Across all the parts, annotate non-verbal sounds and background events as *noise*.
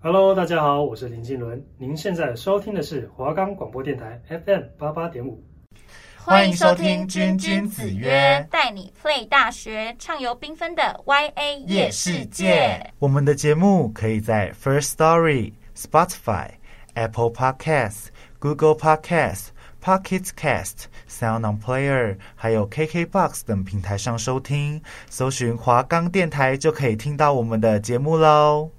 Hello，大家好，我是林静伦。您现在收听的是华冈广播电台 FM 八八点五。欢迎收听君君子约带你 play 大学，畅游缤纷的 YA 夜世界。我们的节目可以在 First Story、Spotify、Apple Podcasts、Google Podcasts、Pocket Cast、Sound On Player，还有 KKBox 等平台上收听，搜寻华冈电台就可以听到我们的节目喽。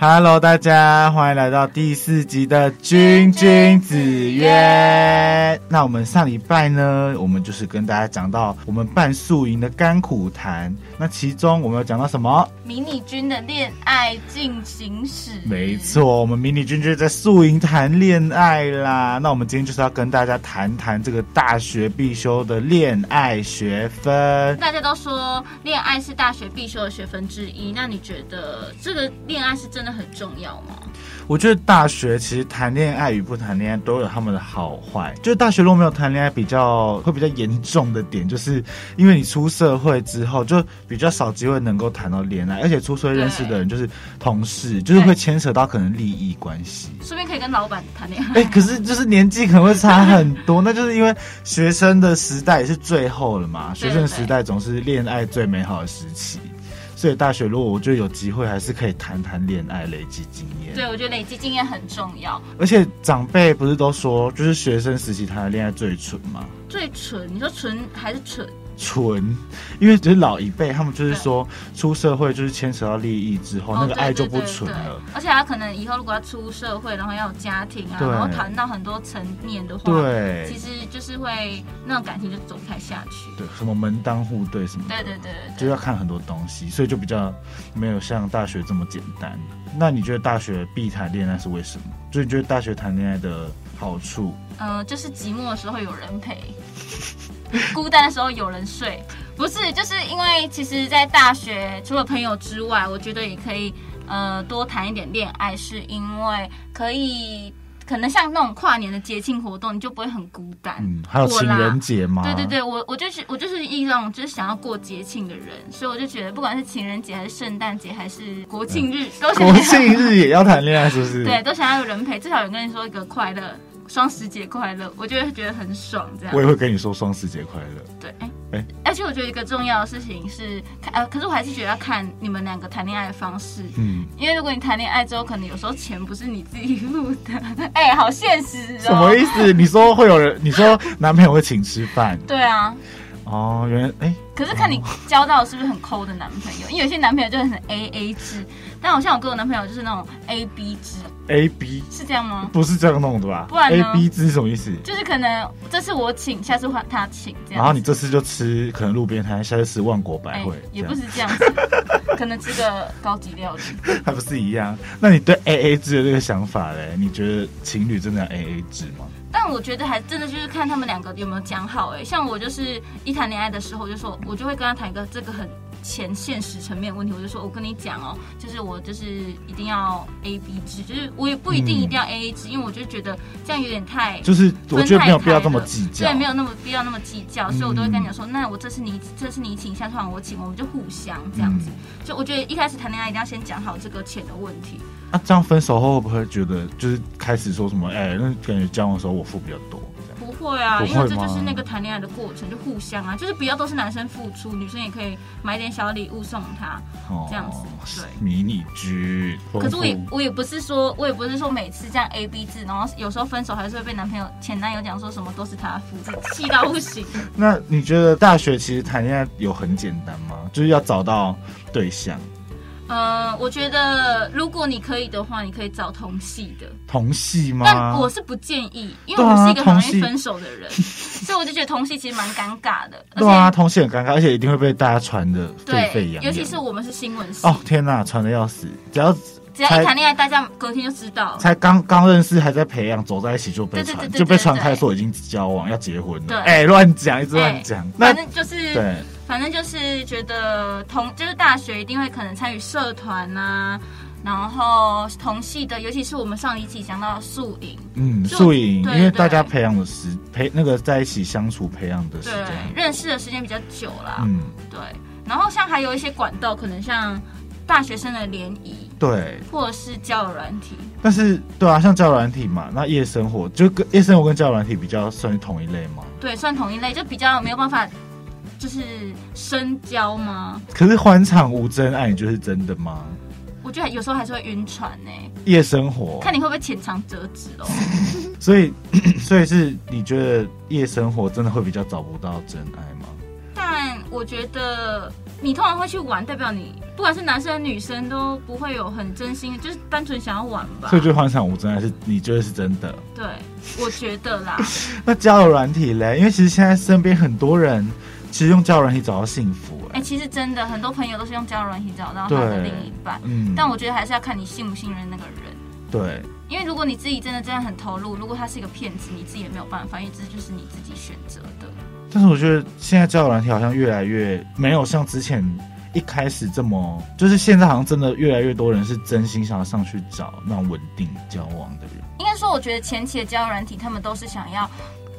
Hello，大家欢迎来到第四集的君君子约。那我们上礼拜呢，我们就是跟大家讲到我们办宿营的甘苦谈。那其中我们有讲到什么？迷你君的恋爱进行史，没。错，我们迷你君就是在宿营谈恋爱啦。那我们今天就是要跟大家谈谈这个大学必修的恋爱学分。大家都说恋爱是大学必修的学分之一，那你觉得这个恋爱是真的很重要吗？我觉得大学其实谈恋爱与不谈恋爱都有他们的好坏。就是大学如果没有谈恋爱，比较会比较严重的点，就是因为你出社会之后，就比较少机会能够谈到恋爱，而且出社会认识的人就是同事，就是会牵扯到可能利益关系。顺便可以跟老板谈 *laughs* 恋爱。哎、可是就是年纪可能会差很 *laughs* 多，那就是因为学生的时代也是最后了嘛，对学生的时代总是恋爱最美好的时期，所以大学如果我觉得有机会，还是可以谈谈恋爱，累积经验。对，我觉得累积经验很重要。而且长辈不是都说，就是学生时期谈的恋爱最纯吗？最纯，你说纯还是蠢？纯，因为就是老一辈他们就是说，出社会就是牵扯到利益之哦后，那个对爱就不哦对对纯对了。而且他可能以后如果要出社会，然后要有家庭啊，对然后谈到很多层面的话，对其实就是会那种感情就走不太下去。对，什么门当户对什么的。对对对对就对。要看很多东西，所以就比较没有像大学这么简单。那你觉得大学必谈恋爱是为什么？就你觉得大学谈恋爱的好处？嗯、就是寂寞的时候有人陪，孤单的时候有人睡。不是，就是因为其实，在大学除了朋友之外，我觉得也可以呃多谈一点恋爱，是因为可以可能像那种跨年的节庆活动，你就不会很孤单。嗯，还有我情啦人节吗？对对对，我我就是我就是一种就是想要过节庆的人，所以我就觉得不管是情人节还是圣诞节还是国庆日，都想要国庆日也要谈恋爱，是不是？对，都想要有人陪，至少有跟你说一个快乐，双十节快乐，我就会觉得很爽这样我。也会跟你说双十节快乐。对，哎、哎而且我觉得一个重要的事情是，看呃，可是我还是觉得要看你们两个谈恋爱的方式。嗯，因为如果你谈恋爱之后，可能有时候钱不是你自己付的，哎、好现实哦。什么意思？你说会有人？你说男朋友会请吃饭？对啊，哦，原来哎，可是看你交到的是不是很抠的男朋友，因为有些男朋友就很 A A 制，但好像我跟我男朋友就是那种 A B 制， A B 是这样吗？不是这样弄的吧不然呢 a B 制是什么意思？就是可能这次我请，下次换他请这样。然后你这次就吃可能路边摊，下次吃万国百汇，哎也这样不是这样子， *laughs* 可能吃个高级料理。还不是一样？那你对 A A 制的这个想法嘞？你觉得情侣真的要 A A 制吗？但我觉得还真的就是看他们两个有没有讲好、哎，像我就是一谈恋爱的时候，我就说我就会跟他谈一个这个很前现实层面的问题，我就说我跟你讲哦、就是我就是一定要 A B 制，就是我也不一定嗯一定要 A A 制，因为我就觉得这样有点太就是我觉得没有必要这么分太开计较，对，没有那么必要那么计较，所以我都会嗯跟你讲说，那我这次你这次你请，下次换我请，我们就互相这样子。嗯就我觉得一开始谈恋爱一定要先讲好这个钱的问题，那、啊这样分手后会不会觉得就是开始说什么？哎、那感觉交往的时候我付比较多，这样不会啊，不会因为这吗就是那个谈恋爱的过程，就互相啊，就是不要都是男生付出，女生也可以买点小礼物送他。哦这样子对迷你居，可是我也丰富我也不是说，我也不是说每次这样 A B 制，然后有时候分手还是会被男朋友前男友讲说什么都是他付，气到不行。 *laughs* 那你觉得大学其实谈恋爱有很简单吗？就是要找到对象，呃，我觉得如果你可以的话，你可以找同系的，同系吗？但我是不建议，因为对啊我是一个很容啊同系易分手的人，所以我就觉得同系其实蛮尴尬的，而对啊，且同系很尴尬，而且一定会被大家传的沸沸对扬，扬。尤其是我们是新闻系，哦天哪，传的要死，只要只要才一谈恋爱，大家隔天就知道。才刚刚认识，还在培养，走在一起就被对对传，对对就被对对传对开说已经交往要结婚对了，哎、乱讲，一直乱哎讲。那反正就是，对，反正就是觉得同就是大学一定会可能参与社团呐、然后同系的，尤其是我们上一期讲到宿营，嗯，就宿营，对因为大对家培养的时培那个在一起相处培养的时对间，，认识的时间比较久啦，嗯，对。然后像还有一些管道，可能像大学生的联谊对，或者是交友软体，但是对啊，像交友软体嘛，那夜生活就跟夜生活跟交友软体比较算是同一类嘛。对，算同一类，就比较没有办法，就是深交吗？可是欢场无真爱，你觉得是真的吗？我觉得有时候还是会晕船呢、夜生活，看你会不会浅尝辄止哦。所以 *coughs* 所以是你觉得夜生活真的会比较找不到真爱吗？但我觉得你通常会去玩，代表你不管是男生女生都不会有很真心，就是单纯想要玩吧所。以就欢场无真爱是你觉得是真的？对，我觉得啦，那交友软体嘞？因为其实现在身边很多人其实用交友软体找到幸福、哎、哎、其实真的很多朋友都是用交友软体找到他的对另一半，嗯，但我觉得还是要看你信不信任那个人。对因为如果你自己真的真的很投入，如果他是一个骗子，你自己也没有办法，因为这就是你自己选择的。但是我觉得现在交友软体好像越来越没有像之前一开始这么，就是现在好像真的越来越多人是真心想要上去找那种稳定交往的人，应该说，我觉得前期的交友软体，他们都是想要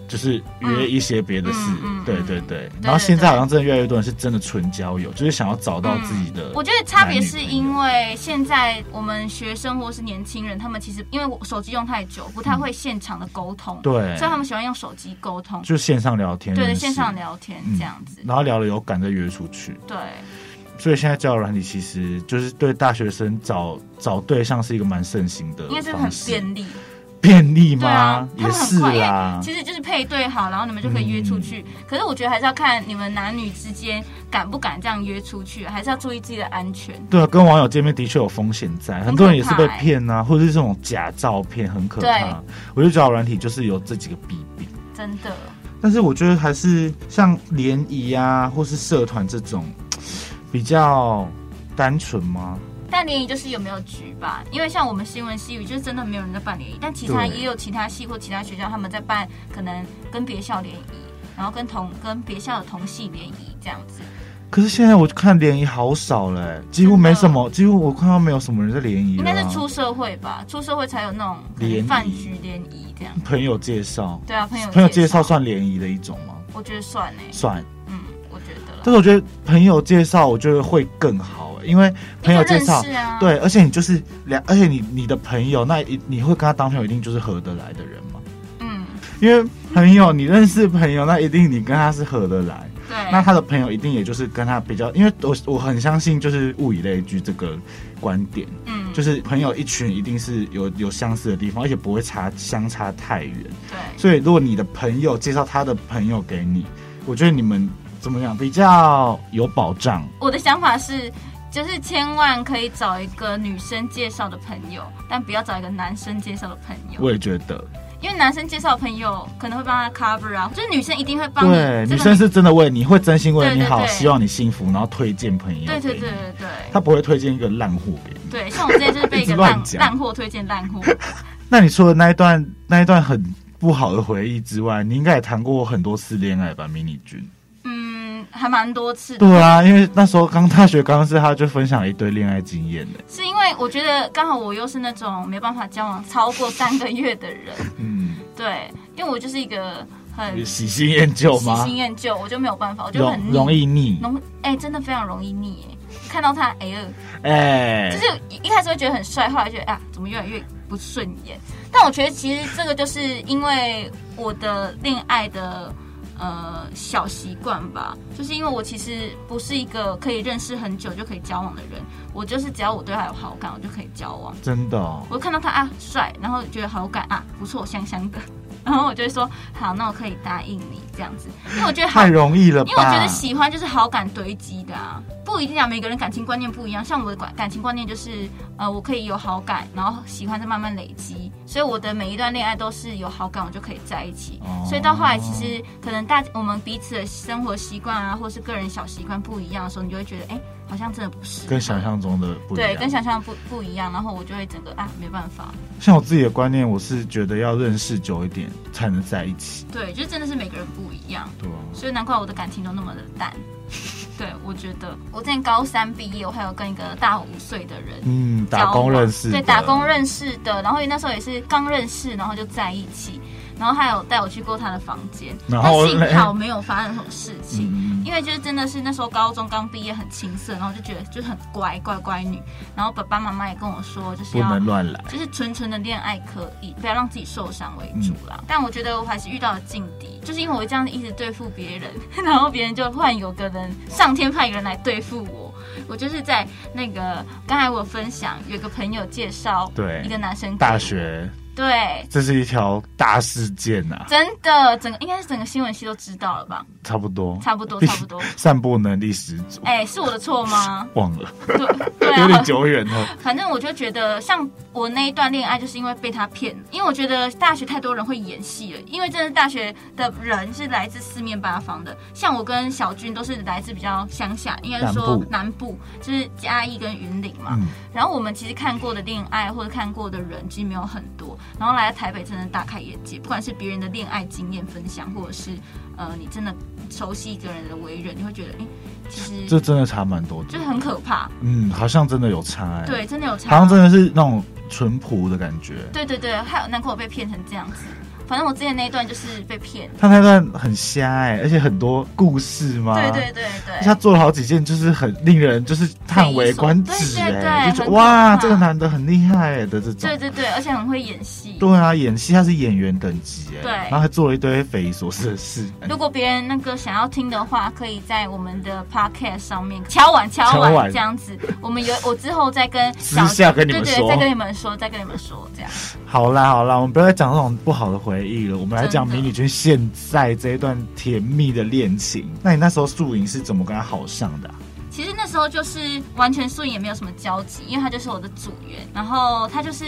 就是约一些别的事，嗯嗯嗯对嗯对对。对然后现在对好像真的越来越多人是真的纯交友，就是想要找到自己嗯的。我觉得差别是因为现在我们学生或是年轻人，他们其实因为我手机用太久，不太会现场的沟通，对，所以他们喜欢用手机沟通，就线上聊天，对认对，识线上，聊天嗯这样子，然后聊了有感再约出去。对，所以现在交友软体其实就是对大学生找找对象是一个蛮盛行的应该是很方式，便利，便利吗？对啊，他也们是很快，因啦嗯为。其实就是配对好，然后你们就可以约出去。可是我觉得还是要看你们男女之间敢不敢这样约出去，还是要注意自己的安全。对啊，跟网友见面的确有风险在，很多人也是被骗啊，或者是这种假照片很可欸对怕。我就觉得交友软体就是有这几个弊病，真的，但是我觉得还是像联谊啊，或是社团这种比较单纯吗？但联谊就是有没有局吧？因为像我们新闻系，就是真的没有人在办联谊，但其他对也有其他系或其他学校他们在办，可能跟别校联谊，然后跟同跟别校的同系联谊这样子。可是现在我看联谊好少了，欸几乎没什么，几乎我看到没有什么人在联谊应了该啊。是出社会吧，出社会才有那种可联谊能饭局联谊这样。朋友介绍，对啊，朋友朋友介绍，算联谊的一种吗？我觉得算哎、算，嗯，我觉得啦但。是我觉得朋友介绍，我觉得会更好，欸因为朋友介绍就，认识啊，对，而且你就是两，而且你你的朋友，那一你会跟他当朋友，一定就是合得来的人嘛。嗯，因为朋友，你认识朋友，那一定你跟他是合得来，对，那他的朋友一定也就是跟他比较，因为我我很相信就是物以类聚这个观点，嗯，就是朋友一群一定是有有相似的地方，而且不会差相差太远。对，所以如果你的朋友介绍他的朋友给你，我觉得你们怎么讲比较有保障。我的想法是。就是千万可以找一个女生介绍的朋友，但不要找一个男生介绍的朋友，我也觉得，因为男生介绍的朋友可能会帮他 cover 啊，就是女生一定会帮你。对，这女个生是真的为你会真心为你好，对对对希望你幸福，然后推荐朋友。对对对，对对他不会推荐一个烂货给你。对，像我之前就是被一 *laughs* 一直个乱烂讲烂货推荐烂 *laughs* 货，那你除了那一段那一段很不好的回忆之外，你应该也谈过很多次恋爱吧，迷你君？嗯，还蛮多次的。对啊，因为那时候刚大学刚是他就分享了一堆恋爱经验的。是因为我觉得刚好我又是那种没办法交往超过三个月的人，嗯，对，因为我就是一个很喜新厌旧喜吗新？厌旧，我就没有办法，我就容很腻容易腻，容哎、真的非常容易腻哎，看到他哎呦，哎、就是一开始会觉得很帅，后来觉得啊，怎么越来越不顺眼？但我觉得其实这个就是因为我的恋爱的呃小习惯吧，就是因为我其实不是一个可以认识很久就可以交往的人，我就是只要我对他有好感，我就可以交往。真的哦、我看到他啊帅，然后觉得好感啊不错，香香的， *laughs* 然后我就会说好，那我可以答应你这样子，因为我觉得好太容易了吧？因为我觉得喜欢就是好感堆积的啊，不一定啊，每个人感情观念不一样。像我的感感情观念就是，呃，我可以有好感，然后喜欢再慢慢累积，所以我的每一段恋爱都是有好感，我就可以在一起。哦所以到后来，其实可能大我们彼此的生活习惯啊，或是个人小习惯不一样的时候，你就会觉得，哎、好像真的不是跟想象中的不一样。对，跟想象不不一样，然后我就会整个啊，没办法，像我自己的观念，我是觉得要认识久一点才能在一起。对，就真的是每个人不一样。对啊，所以难怪我的感情都那么的淡。对，我觉得我之前高三毕业，我还有跟一个大我五岁的人嗯，交往打工认识的，对，打工认识的，然后那时候也是刚认识，然后就在一起。然后还有带我去过他的房间，然后但幸嘞好没有发生什么事情。嗯，因为就是真的是那时候高中刚毕业很青涩，然后就觉得就是很乖乖乖女，然后爸爸妈妈也跟我说就是不要能乱来。就是纯纯的恋爱可以，不要让自己受伤为嗯主啦。但我觉得我还是遇到了劲敌，就是因为我这样一直对付别人， *laughs* 然后别人就突然有个人，上天派一个人来对付我。我就是在那个刚才我有分享，有个朋友介绍对一个男生给我大，学，对，这是一条大事件呐、真的整个应该是整个新闻系都知道了吧？差不多，差不 *laughs* 多差不多。散步能力十足，哎、是我的错吗？忘了，对对啊，有点久远了。反正我就觉得，像我那一段恋爱，就是因为被他骗，因为我觉得大学太多人会演戏了，因为真的大学的人是来自四面八方的，像我跟小军都是来自比较乡下，应该是说南部南部，就是嘉义跟云林嘛。嗯，然后我们其实看过的恋爱或者看过的人其实没有很多，然后来到台北真的大开眼界，不管是别人的恋爱经验分享，或者是呃你真的熟悉一个人的为人，你会觉得，哎、其实这真的差蛮多的。就是很可怕，嗯，好像真的有差、欸。，对，真的有差。好像真的是那种淳朴的感觉。对对对，还有难怪我被骗成这样子。反正我之前那一段就是被骗。他那段很瞎哎、而且很多故事嘛。对对对而且对他做了好几件，就是很令人就是叹为观止匪夷所对对哎、对很就觉得可哇，怕这个男的很厉害、欸、的这种对。对对，而且很会演戏。对啊，演戏他是演员等级哎、对然后还做了一堆匪夷所思的事。如果别人那个想要听的话，可以在我们的 podcast 上面敲碗敲敲碗碗这样子。我们有我之后再跟私小下跟你们对对，说再跟你们说，再跟你们说这样。好啦好啦，我们不要再讲这种不好的回忆了，我们来讲真的迷你君现在这一段甜蜜的恋情。那你那时候素影是怎么跟他好上的啊、 *laughs* 其实那时候就是完全素影也没有什么交集，因为他就是我的组员，然后他就是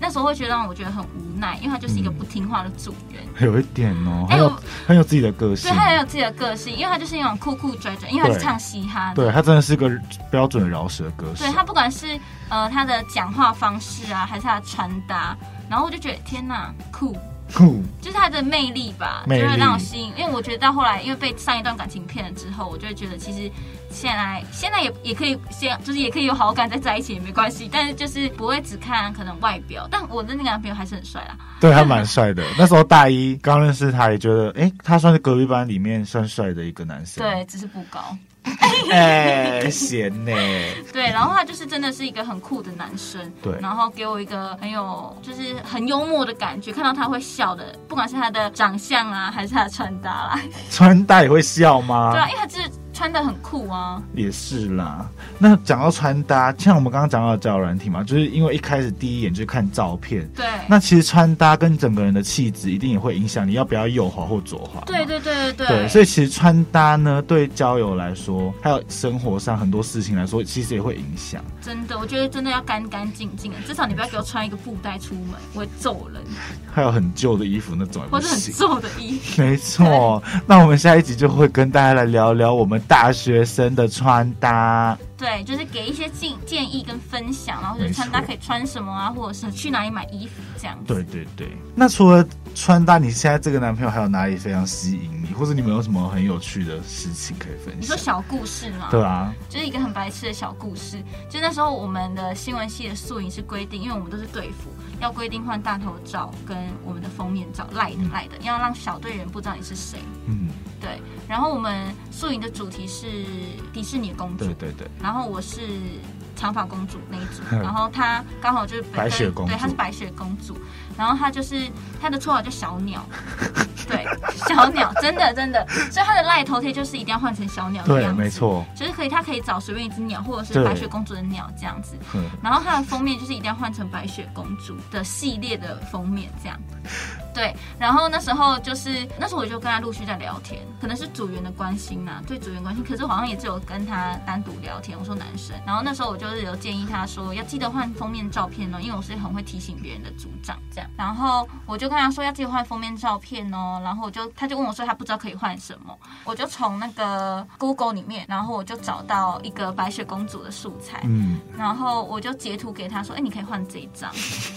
那时候会觉得让我觉得很无奈，因为他就是嗯一个不听话的组员。有一点哦、哎很有、我很有自己的个性对，他很有自己的个性，因为他就是那种酷酷拽拽，因为他是唱嘻哈的。对他真的是个标准的饶舌歌手对。他不管是呃他的讲话方式啊，还是他的穿搭，然后我就觉得天呐，酷，酷，就是他的魅力吧，魅力就会让我吸引。因为我觉得到后来，因为被上一段感情骗了之后，我就会觉得其实现在现在也也可以先就是也可以有好感再在一起也没关系，但是就是不会只看可能外表。但我的那个男朋友还是很帅啦，啊对他蛮帅的。 *laughs* 那时候大一刚认识他，也觉得哎、他算是隔壁班里面算帅的一个男生。对，只是不高。对，哎、闲呢、 *laughs* 对，然后他就是真的是一个很酷的男生，对然后给我一个很有就是很幽默的感觉，看到他会笑的，不管是他的长相啊，还是他的穿搭啦，穿搭也会笑吗？对啊，因为他就是穿的很酷啊，也是啦。那讲到穿搭，像我们刚刚讲到的交友软体嘛，就是因为一开始第一眼就是看照片，对，那其实穿搭跟整个人的气质一定也会影响你要不要右滑或左滑嘛。对对对对对，对，所以其实穿搭呢，对交友来说，还有生活上很多事情来说，其实也会影响。真的，我觉得真的要干干净净啊的，至少你不要给我穿一个布袋出门，我会揍人，还有很旧的衣服那种也或不者很行。皱的衣服。 *laughs* 没错，那我们下一集就会跟大家来聊聊我们大学生的穿搭。对，就是给一些建建议跟分享，然后就没是错穿搭可以穿什么啊，或者是去哪里买衣服这样子。对对对，那除了穿搭，你现在这个男朋友还有哪里非常吸引你，或者你们有什么很有趣的事情可以分你说享？小故事吗？对啊，就是一个很白痴的小故事。就那时候我们的新闻系的宿营是规定，因为我们都是队服，要规定换大头照跟我们的封面照，赖的赖的，要让小队员不知道你是谁。嗯，对，然后我们宿营的主题是迪士尼公主对，对对，然后我是长发公主那一 *laughs* 组，然后她刚好就是白雪公主对，她是白雪公主，然后她就是她的绰号叫小 *laughs* 鸟，对，小鸟，真的真的，所以她的赖头贴就是一定要换成小鸟的对，样子，没错，就是可以，它可以找随便一只鸟，或者是对白雪公主的鸟这样子。嗯然后它的封面就是一定要换成白雪公主的系列的封面这样。对，然后那时候就是那时候我就跟他陆续在聊天，可能是组员的关心呐、对组员关心，可是我好像也只有跟他单独聊天。我说男生，然后那时候我就是有建议他说要记得换封面照片哦，因为我是很会提醒别人的组长这样。然后我就跟他说要记得换封面照片哦，然后我就他就问我说他不知道可以换什么，我就从那个 Google 里面，然后我就找到一个白雪公主的素材，嗯，然后我就截图给他说：“哎、你可以换这一张，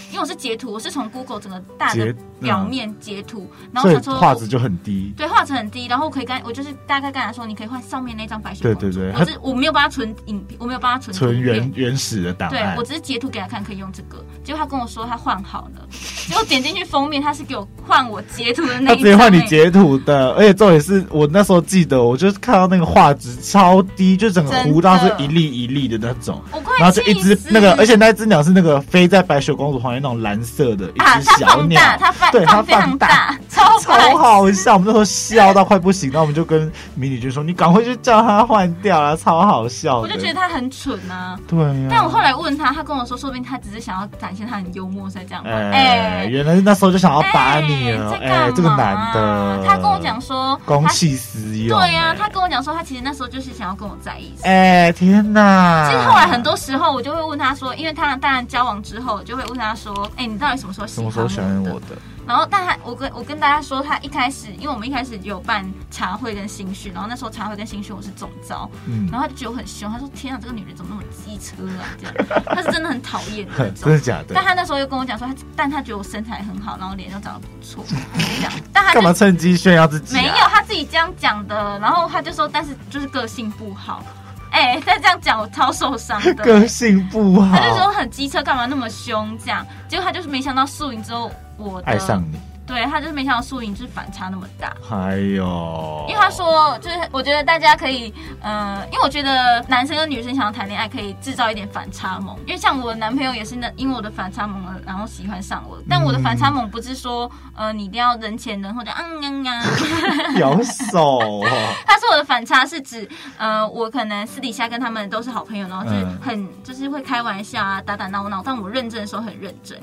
因为我是截图，我是从 Google 整个大的截嗯表面截图，然后所我以想说画质就很低。对画质很低，然后我可以跟我就是大概跟他说，你可以换上面那张白雪对公主对对我只我没有帮他存影片，我没有帮他存纯图片原原始的档对案我，只是截图给他看可以用这个，结果他跟我说他换好了，结果点进去封面，他是给我换我截图的那他一张、直接换你欸截图的，而且重点是我那时候记得，我就是看到那个画质超低，就整个真的糊到是一粒一粒的那种，我快然后就一气只死那个，而且那只鸟是那个飞在白雪公主旁边那种蓝色的一啊，它只小放鸟，大，它放对它放非放常，大，超超白好笑，我们那时候笑到快不行，然后我们就跟迷你君说：“你赶快去叫它换掉啦，超好笑我的。”就觉得他很蠢啊。对呀、但我后来问他，他跟我说，说不定他只是想要展现他很幽默，才这样吧。哎、原来是那时候就想要把你了，在哎、干嘛啊这个男的，他跟我讲说，公他器私用，对呀、哎他跟我讲说，他其实那时候就是想要跟我在一起。哎、天哪！其实后来很多时候，我就会问他说，因为他当然交往之后，我就会问他说，哎、你到底什么时候喜什欢么时候喜欢我的？的？然后，但他我跟我跟大家说，他一开始，因为我们一开始有办茶会跟新训，然后那时候茶会跟新训我是总招，嗯，然后他就觉得我很凶，他说：“天啊，这个女人怎么那么机车啊？”这样，他是真的很讨厌的那 *laughs* 真种。的假的但？他那时候又跟我讲说，他但他觉得我身材很好，然后脸又长得不错，这样。但他就干嘛趁机炫耀自己、啊？没有，他自己这样讲的，然后他就说，但是就是个性不好。哎、他这样讲我超受伤的。 *laughs* 个性不他就说好，很机车，干嘛那么凶这样？结果他就是没想到宿营之后，我的爱上你，对他就是没想到宿营就是反差那么大。哎呦！因为他说，就是我觉得大家可以，呃，因为我觉得男生跟女生想要谈恋爱，可以制造一点反差萌。因为像我的男朋友也是那因为我的反差萌而然后喜欢上我，但我的反差萌不是说，呃，你一定要人前人后就嗯嗯啊。咬手、哦，他说我的反差是指，呃，我可能私底下跟他们都是好朋友，然后就是嗯很、就是会开玩笑啊，打打闹闹，但我认真的时候很认真，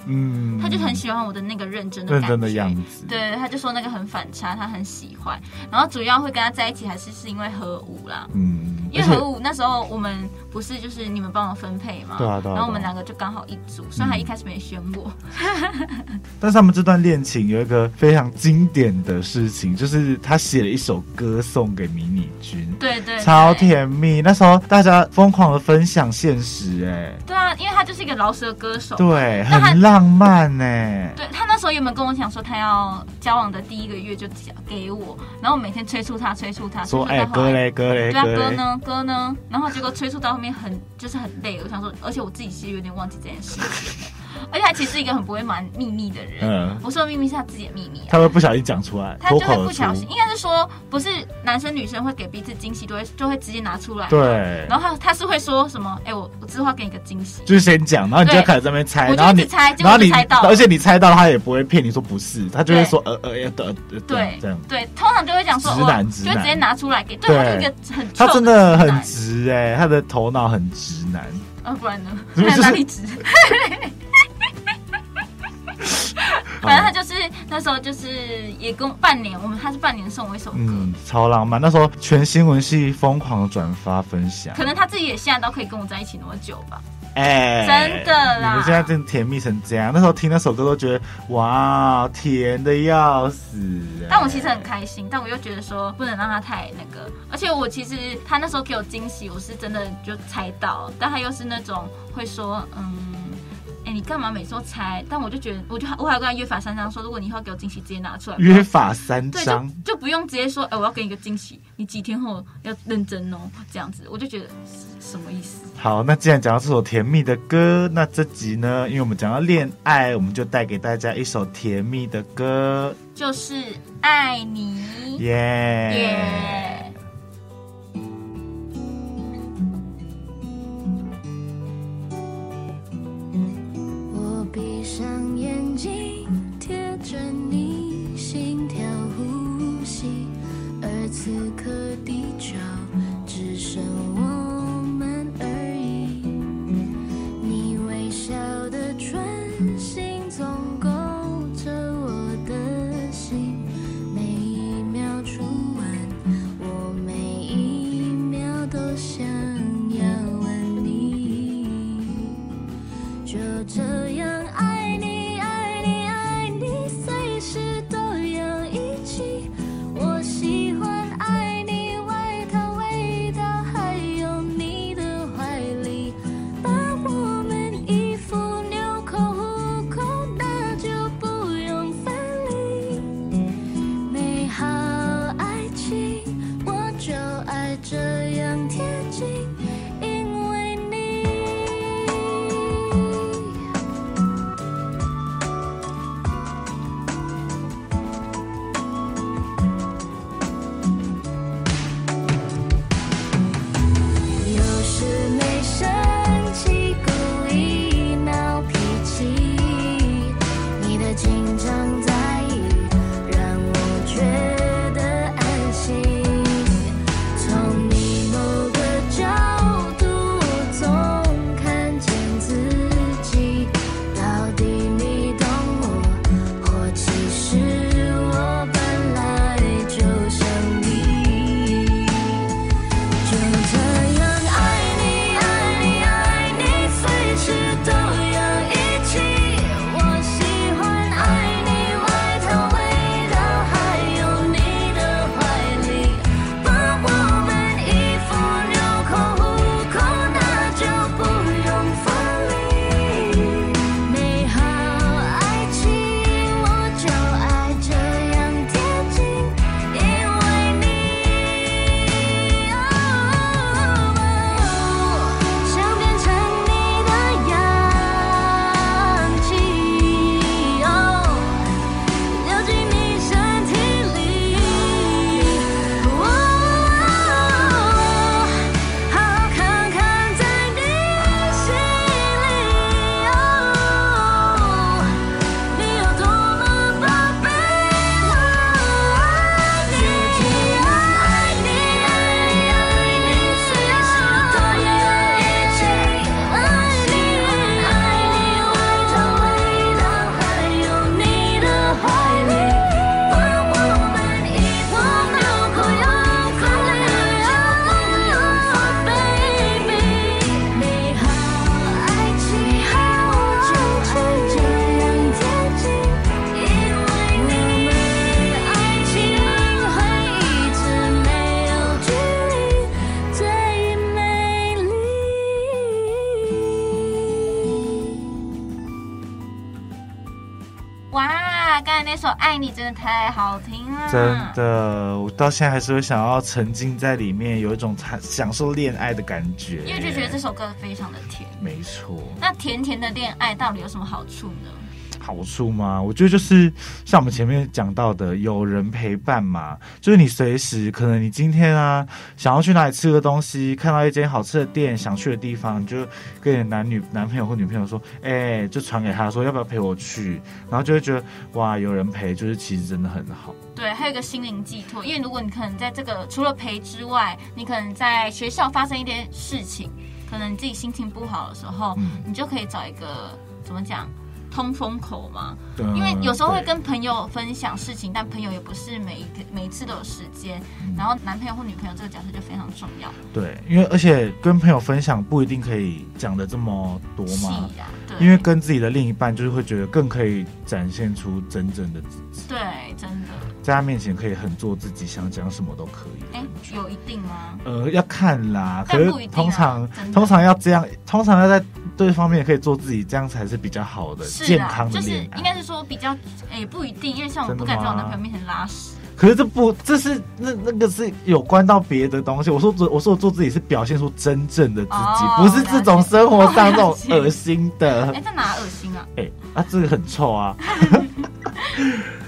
*laughs* 嗯，他就很喜欢我的那个认真的认感觉。真的样子，对，他就说那个很反差，他很喜欢。然后主要会跟他在一起，还是是因为核武啦。嗯，因为而且核武那时候我们不是就是你们帮我分配嘛，对啊对啊然后我对啊嗯们两个就刚好一组，虽然他一开始没选我，但是他们这段恋情有一个非常经典的事情，就是他写了一首歌送给迷你君。对对，对超，甜蜜，那时候大家疯狂的分享现实、哎，对啊，因为他就是一个饶舌歌手，对，那他很浪漫哎呢、对他那时候原本跟我讲说他要交往的第一个月就给我，然后我每天催促他，催促他，说催促他哎、后哥来。嘞哥嘞对啊，哥哥嘞，呢，哥呢，然后结果催促到后面很就是很累，我想说，而且我自己是有点忘记这件事情了，而且他其实是一个很不会瞒秘密的人，嗯，我说的秘密是他自己的秘密啊、他会不小心讲出来，他脱就会口不而出小，心，应该是说不是男生女生会给彼此惊喜，都会就会直接拿出来。。对，然后他他是会说什么？哎、我我之后要给你个惊喜。就是先讲，然后你就对开始在那边猜，我然后就一直。你猜，结果然后就你猜，到了。而且你猜到他也不会骗你说不是，他就会对说呃呃呃呃呃，对这样，对，通常就会讲说，直我男直就会直接男拿出来给。对，对他是一个很他臭真的直很男直哎、他的头脑很直男，呃，不然呢？ *laughs* 是不是还有 *laughs* 哪里直？反正他就是那时候就是也跟半年，我们他是半年送我一首歌，嗯，超浪漫。那时候全新闻系疯狂地转发分享，可能他自己也吓到可以跟我在一起那么久吧。哎、真的啦你们现在真的甜蜜成这样，那时候听那首歌都觉得哇，甜的要死、哎但我其实很开心，但我又觉得说不能让他太那个，而且我其实他那时候给我惊喜，我是真的就猜到，但他又是那种会说，嗯，哎、你干嘛每次都猜？但我就觉得，我就我还跟他约法三章说，如果你以后要给我惊喜，直接拿出来。约法三对，就章，就不用直接说，哎、我要给你一个惊喜，你几天后要认真哦，这样子，我就觉得什么意思？好，那既然讲到这首甜蜜的歌，那这集呢，因为我们讲到恋爱，我们就带给大家一首甜蜜的歌，就是爱你。耶、耶！我闭上眼睛，贴着你心跳呼吸，而此刻地球只剩我们而已。你微笑的唇形总勾着我的心，每一秒初吻，我每一秒都想要吻你。就这样爱你，爱你，爱你，随时都要一起。我喜欢爱你，外套味道，还有你的怀里。把我们衣服、纽扣、虎口，那就不用分离。美好爱情，我就爱这样贴近。哦哦哦啊，刚才那首《爱你》真的太好听了，真。的，我到现在还是会想要沉浸在里面，有一种他享受恋爱的感觉。因为就觉得这首歌非常的甜。没错，那甜甜的恋爱到底有什么好处呢？好处吗？我觉得就是像我们前面讲到的，有人陪伴嘛，就是你随时可能你今天啊想要去哪里吃个东西，看到一间好吃的店，想去的地方，你就跟你的男女男朋友或女朋友说，哎、就传给他说要不要陪我去，然后就会觉得哇，有人陪，就是其实真的很好。对，还有一个心灵寄托，因为如果你可能在这个除了陪之外，你可能在学校发生一点事情，可能你自己心情不好的时候，嗯你就可以找一个怎么讲通风口嘛，对，啊因为有时候会对跟朋友分享事情，但朋友也不是每一个每一次都有时间，嗯然后男朋友或女朋友这个角色就非常重要，对，因为而且跟朋友分享不一定可以讲的这么多细嘛，呀、啊对，因为跟自己的另一半就是会觉得更可以展现出真正的自己，对真的，在他面前可以很做自己，想讲什么都可以。哎，有一定吗？呃，要看啦，可但是不一定啊通常、真的通常要这样，通常要在对方面可以做自己，这样才是比较好的、是健啊，康的就是恋爱。应该是说比较，哎、不一定，因为像我真的不敢在我男吗朋友面前拉屎，可是这不，这是那那个是有关到别的东西。我说我说我做自己是表现出真正的自己，哦不是这种生活上那 *laughs* 种了解恶心的。哎、这哪恶心 *laughs* 啊？哎、啊，这个很臭啊。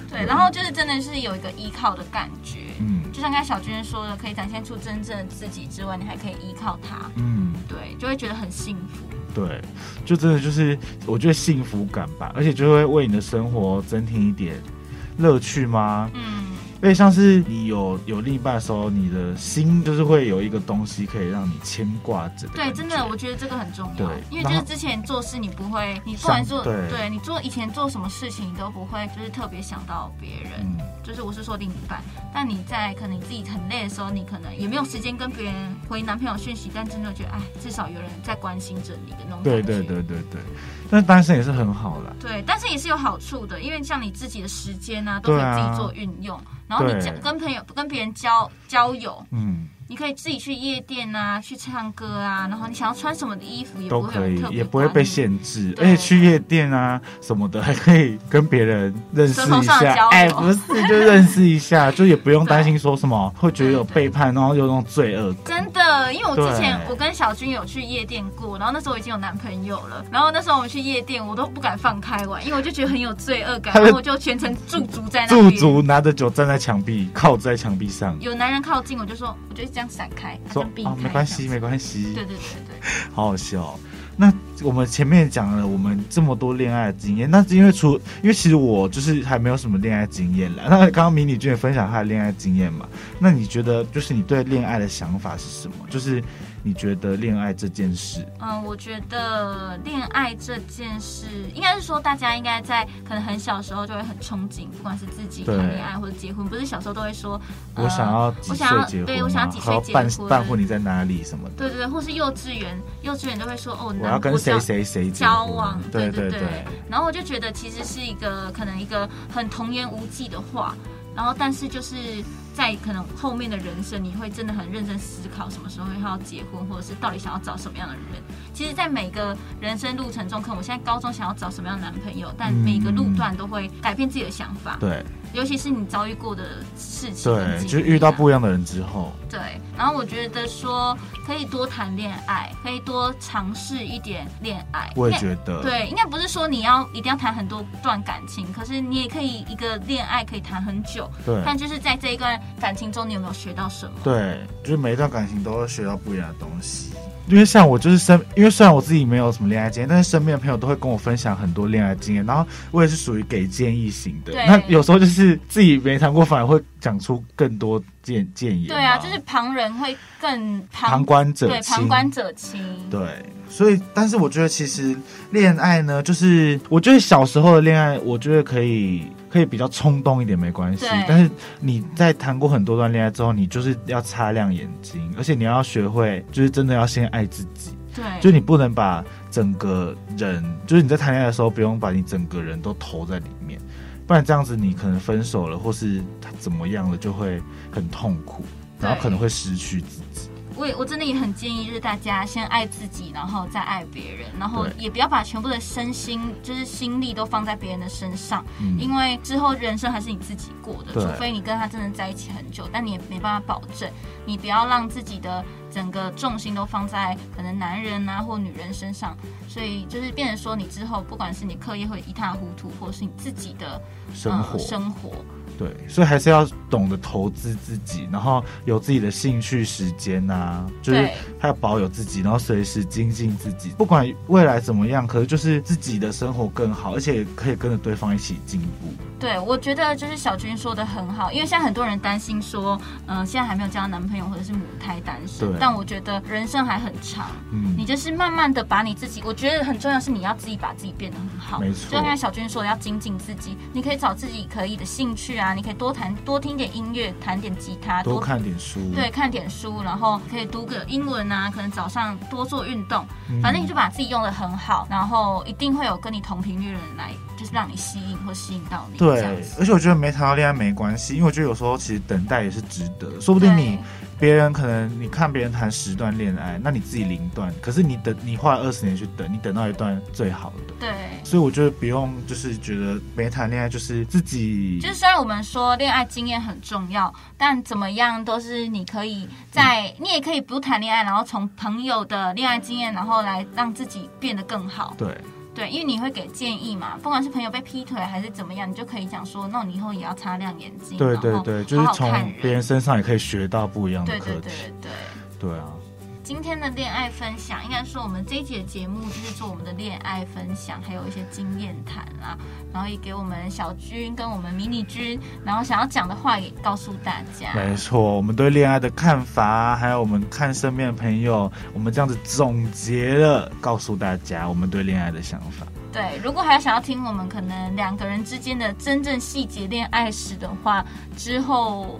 对，然后就是真的是有一个依靠的感觉，嗯就像刚才小娟说的，可以展现出真正的自己之外，你还可以依靠他，嗯，对，就会觉得很幸福。对，就真的就是我觉得幸福感吧，而且就会为你的生活增添一点乐趣吗？嗯，因为像是你有有另一半的时候，你的心就是会有一个东西可以让你牵挂着的对，感觉。真的，我觉得这个很重要对，因为就然是后之前做事你不会，你不管想做，对对你做以前做什么事情，你都不会就是特别想到别人，嗯，就是我是说另一半，但你在可能你自己很累的时候，你可能也没有时间跟别人回男朋友讯息，但真的觉得哎，至少有人在关心着你的那种感对觉。对对对对，但是单身也是很好啦。对，但是也是有好处的，因为像你自己的时间啊，都可对以啊自己做运用，然后你对交跟朋友跟别人交交友，嗯，你可以自己去夜店啊，去唱歌啊，然后你想要穿什么的衣服也都不会有可人以特，别也不会管被你限制，而对且去夜店啊什么的，还 *laughs* 可以跟别人认识生活一上的下交。哎，流不是，就认识一下，就也不用担心说什么会觉得有背叛，然后有那种罪恶感。真的，因为我之前对我跟小军有去夜店过，然后那时候我已经有男朋友了，然后那时候我们去夜店，我都不敢放开玩，因为我就觉得很有罪恶感，他然们后我就全程驻足在那驻边。足拿着酒站在墙壁，靠在墙壁上，有男人靠近，我就说，我就这样闪开，他说就避开、啊没关系，没关系这，样。对对对对，好好笑哦、那我们前面讲了我们这么多恋爱的经验，那是因为除因为其实我就是还没有什么恋爱经验啦。那刚刚迷你君也分享她的恋爱经验嘛，那你觉得就是你对恋爱的想法是什么？就是你觉得恋爱这件事，嗯，我觉得恋爱这件事，应该是说大家应该在可能很小的时候就会很憧憬，不管是自己谈对恋爱或者结婚，不是小时候都会说，呃我想要几我岁想要结婚嘛，啊对我想要几岁还有结办婚啊办婚礼在哪里什么的，对对对，或是幼稚园，幼稚园都会说哦，我难要跟过谁交谁谁结交婚啊往，对对对，然后我就觉得其实是一个可能一个很童言无忌的话，然后但是就是在可能后面的人生，你会真的很认真思考什么时候要结婚，或者是到底想要找什么样的人。其实，在每个人生路程中，可能我现在高中想要找什么样的男朋友，但每个路段都会改变自己的想法，嗯对尤其是你遭遇过的事情跟经历对，啊，就是遇到不一样的人之后，对，然后我觉得说可以多谈恋爱，可以多尝试一点恋爱。我也恋觉得，对，应该不是说你要一定要谈很多段感情，可是你也可以一个恋爱可以谈很久，对但就是在这一段感情中，你有没有学到什么？对，就是每一段感情都会学到不一样的东西。因为像我就是身，因为虽然我自己没有什么恋爱经验，但是身边的朋友都会跟我分享很多恋爱经验，然后我也是属于给建议型的对。那有时候就是自己没谈过，反而会讲出更多建建议。对啊，就是旁人会更旁旁观者对清。旁观者清。对，所以，但是我觉得其实恋爱呢，就是我觉得小时候的恋爱，我觉得可以可以比较冲动一点没关系对，但是你在谈过很多段恋爱之后，你就是要擦亮眼睛，而且你要学会，就是真的要先爱自己，对就你不能把整个人，就是你在谈恋爱的时候，不用把你整个人都投在里面。不然这样子，你可能分手了，或是他怎么样了，就会很痛苦，然后对可能会失去自己。我也我真的也很建议，就是大家先爱自己，然后再爱别人，然后对也不要把全部的身心就是心力都放在别人的身上，嗯因为之后人生还是你自己过的，对除非你跟他真的在一起很久，但你也没办法保证，你不要让自己的整个重心都放在可能男人啊或女人身上，所以就是变成说你之后不管是你课业会一塌糊涂，或是你自己的生活呃、生活，对，所以还是要懂得投资自己，然后有自己的兴趣时间啊，就是对还要保有自己，然后随时精进自己，不管未来怎么样，可是就是自己的生活更好，而且可以跟着对方一起进步。对，我觉得就是小军说的很好，因为现在很多人担心说，嗯、现在还没有交到男朋友或者是母胎单身对，但我觉得人生还很长，嗯你，就是慢慢的把你自己，我觉得很重要是你要自己把自己变得很好，没错就像刚才小军说的，要精进自己，你可以找自己可以的兴趣啊，你可以多弹多听点音乐，弹点吉他，多看点书，对，看点书，然后可以读个英文啊，可能早上多做运动，嗯反正你就把自己用的很好，然后一定会有跟你同频率的人来，就是让你吸引或吸引到你。这对样子，而且我觉得没谈到恋爱没关系，因为我觉得有时候其实等待也是值得，说不定对你别人可能你看别人谈十段恋爱，那你自己零段，可是你等你花了二十年去等，你等到一段最好的。对，所以我觉得不用，就是觉得没谈恋爱就是自己，就是虽然我们说恋爱经验很重要，但怎么样都是你可以在，嗯你也可以不谈恋爱，然后从朋友的恋爱经验，然后来让自己变得更好。对对，因为你会给建议嘛，不管是朋友被劈腿还是怎么样，你就可以讲说，那你以后也要擦亮眼睛，对然后对对，就是好好看从别人人身上也可以学到不一样的对课对对题。对对。对啊，今天的恋爱分享，应该说我们这一集的节目就是做我们的恋爱分享，还有一些经验谈啦，然后也给我们小军跟我们迷你君，然后想要讲的话也告诉大家。没错，我们对恋爱的看法，还有我们看身边的朋友，我们这样子总结了，告诉大家我们对恋爱的想法。 *laughs* 对，如果还想要听我们可能两个人之间的真正细节恋爱史的话，之后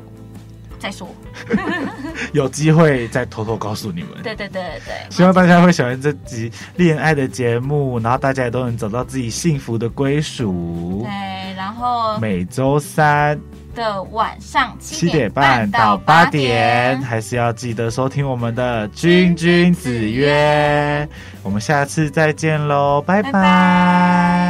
再说。嗯有机会再偷偷告诉你们。对对对对希望大家会喜欢这集恋爱的节目，然后大家也都能找到自己幸福的归属对。。然后每周三的晚上七七点点半半到到八八点，点，还是要记得收听我们的《君君子约》，我们下次再见喽，拜拜拜拜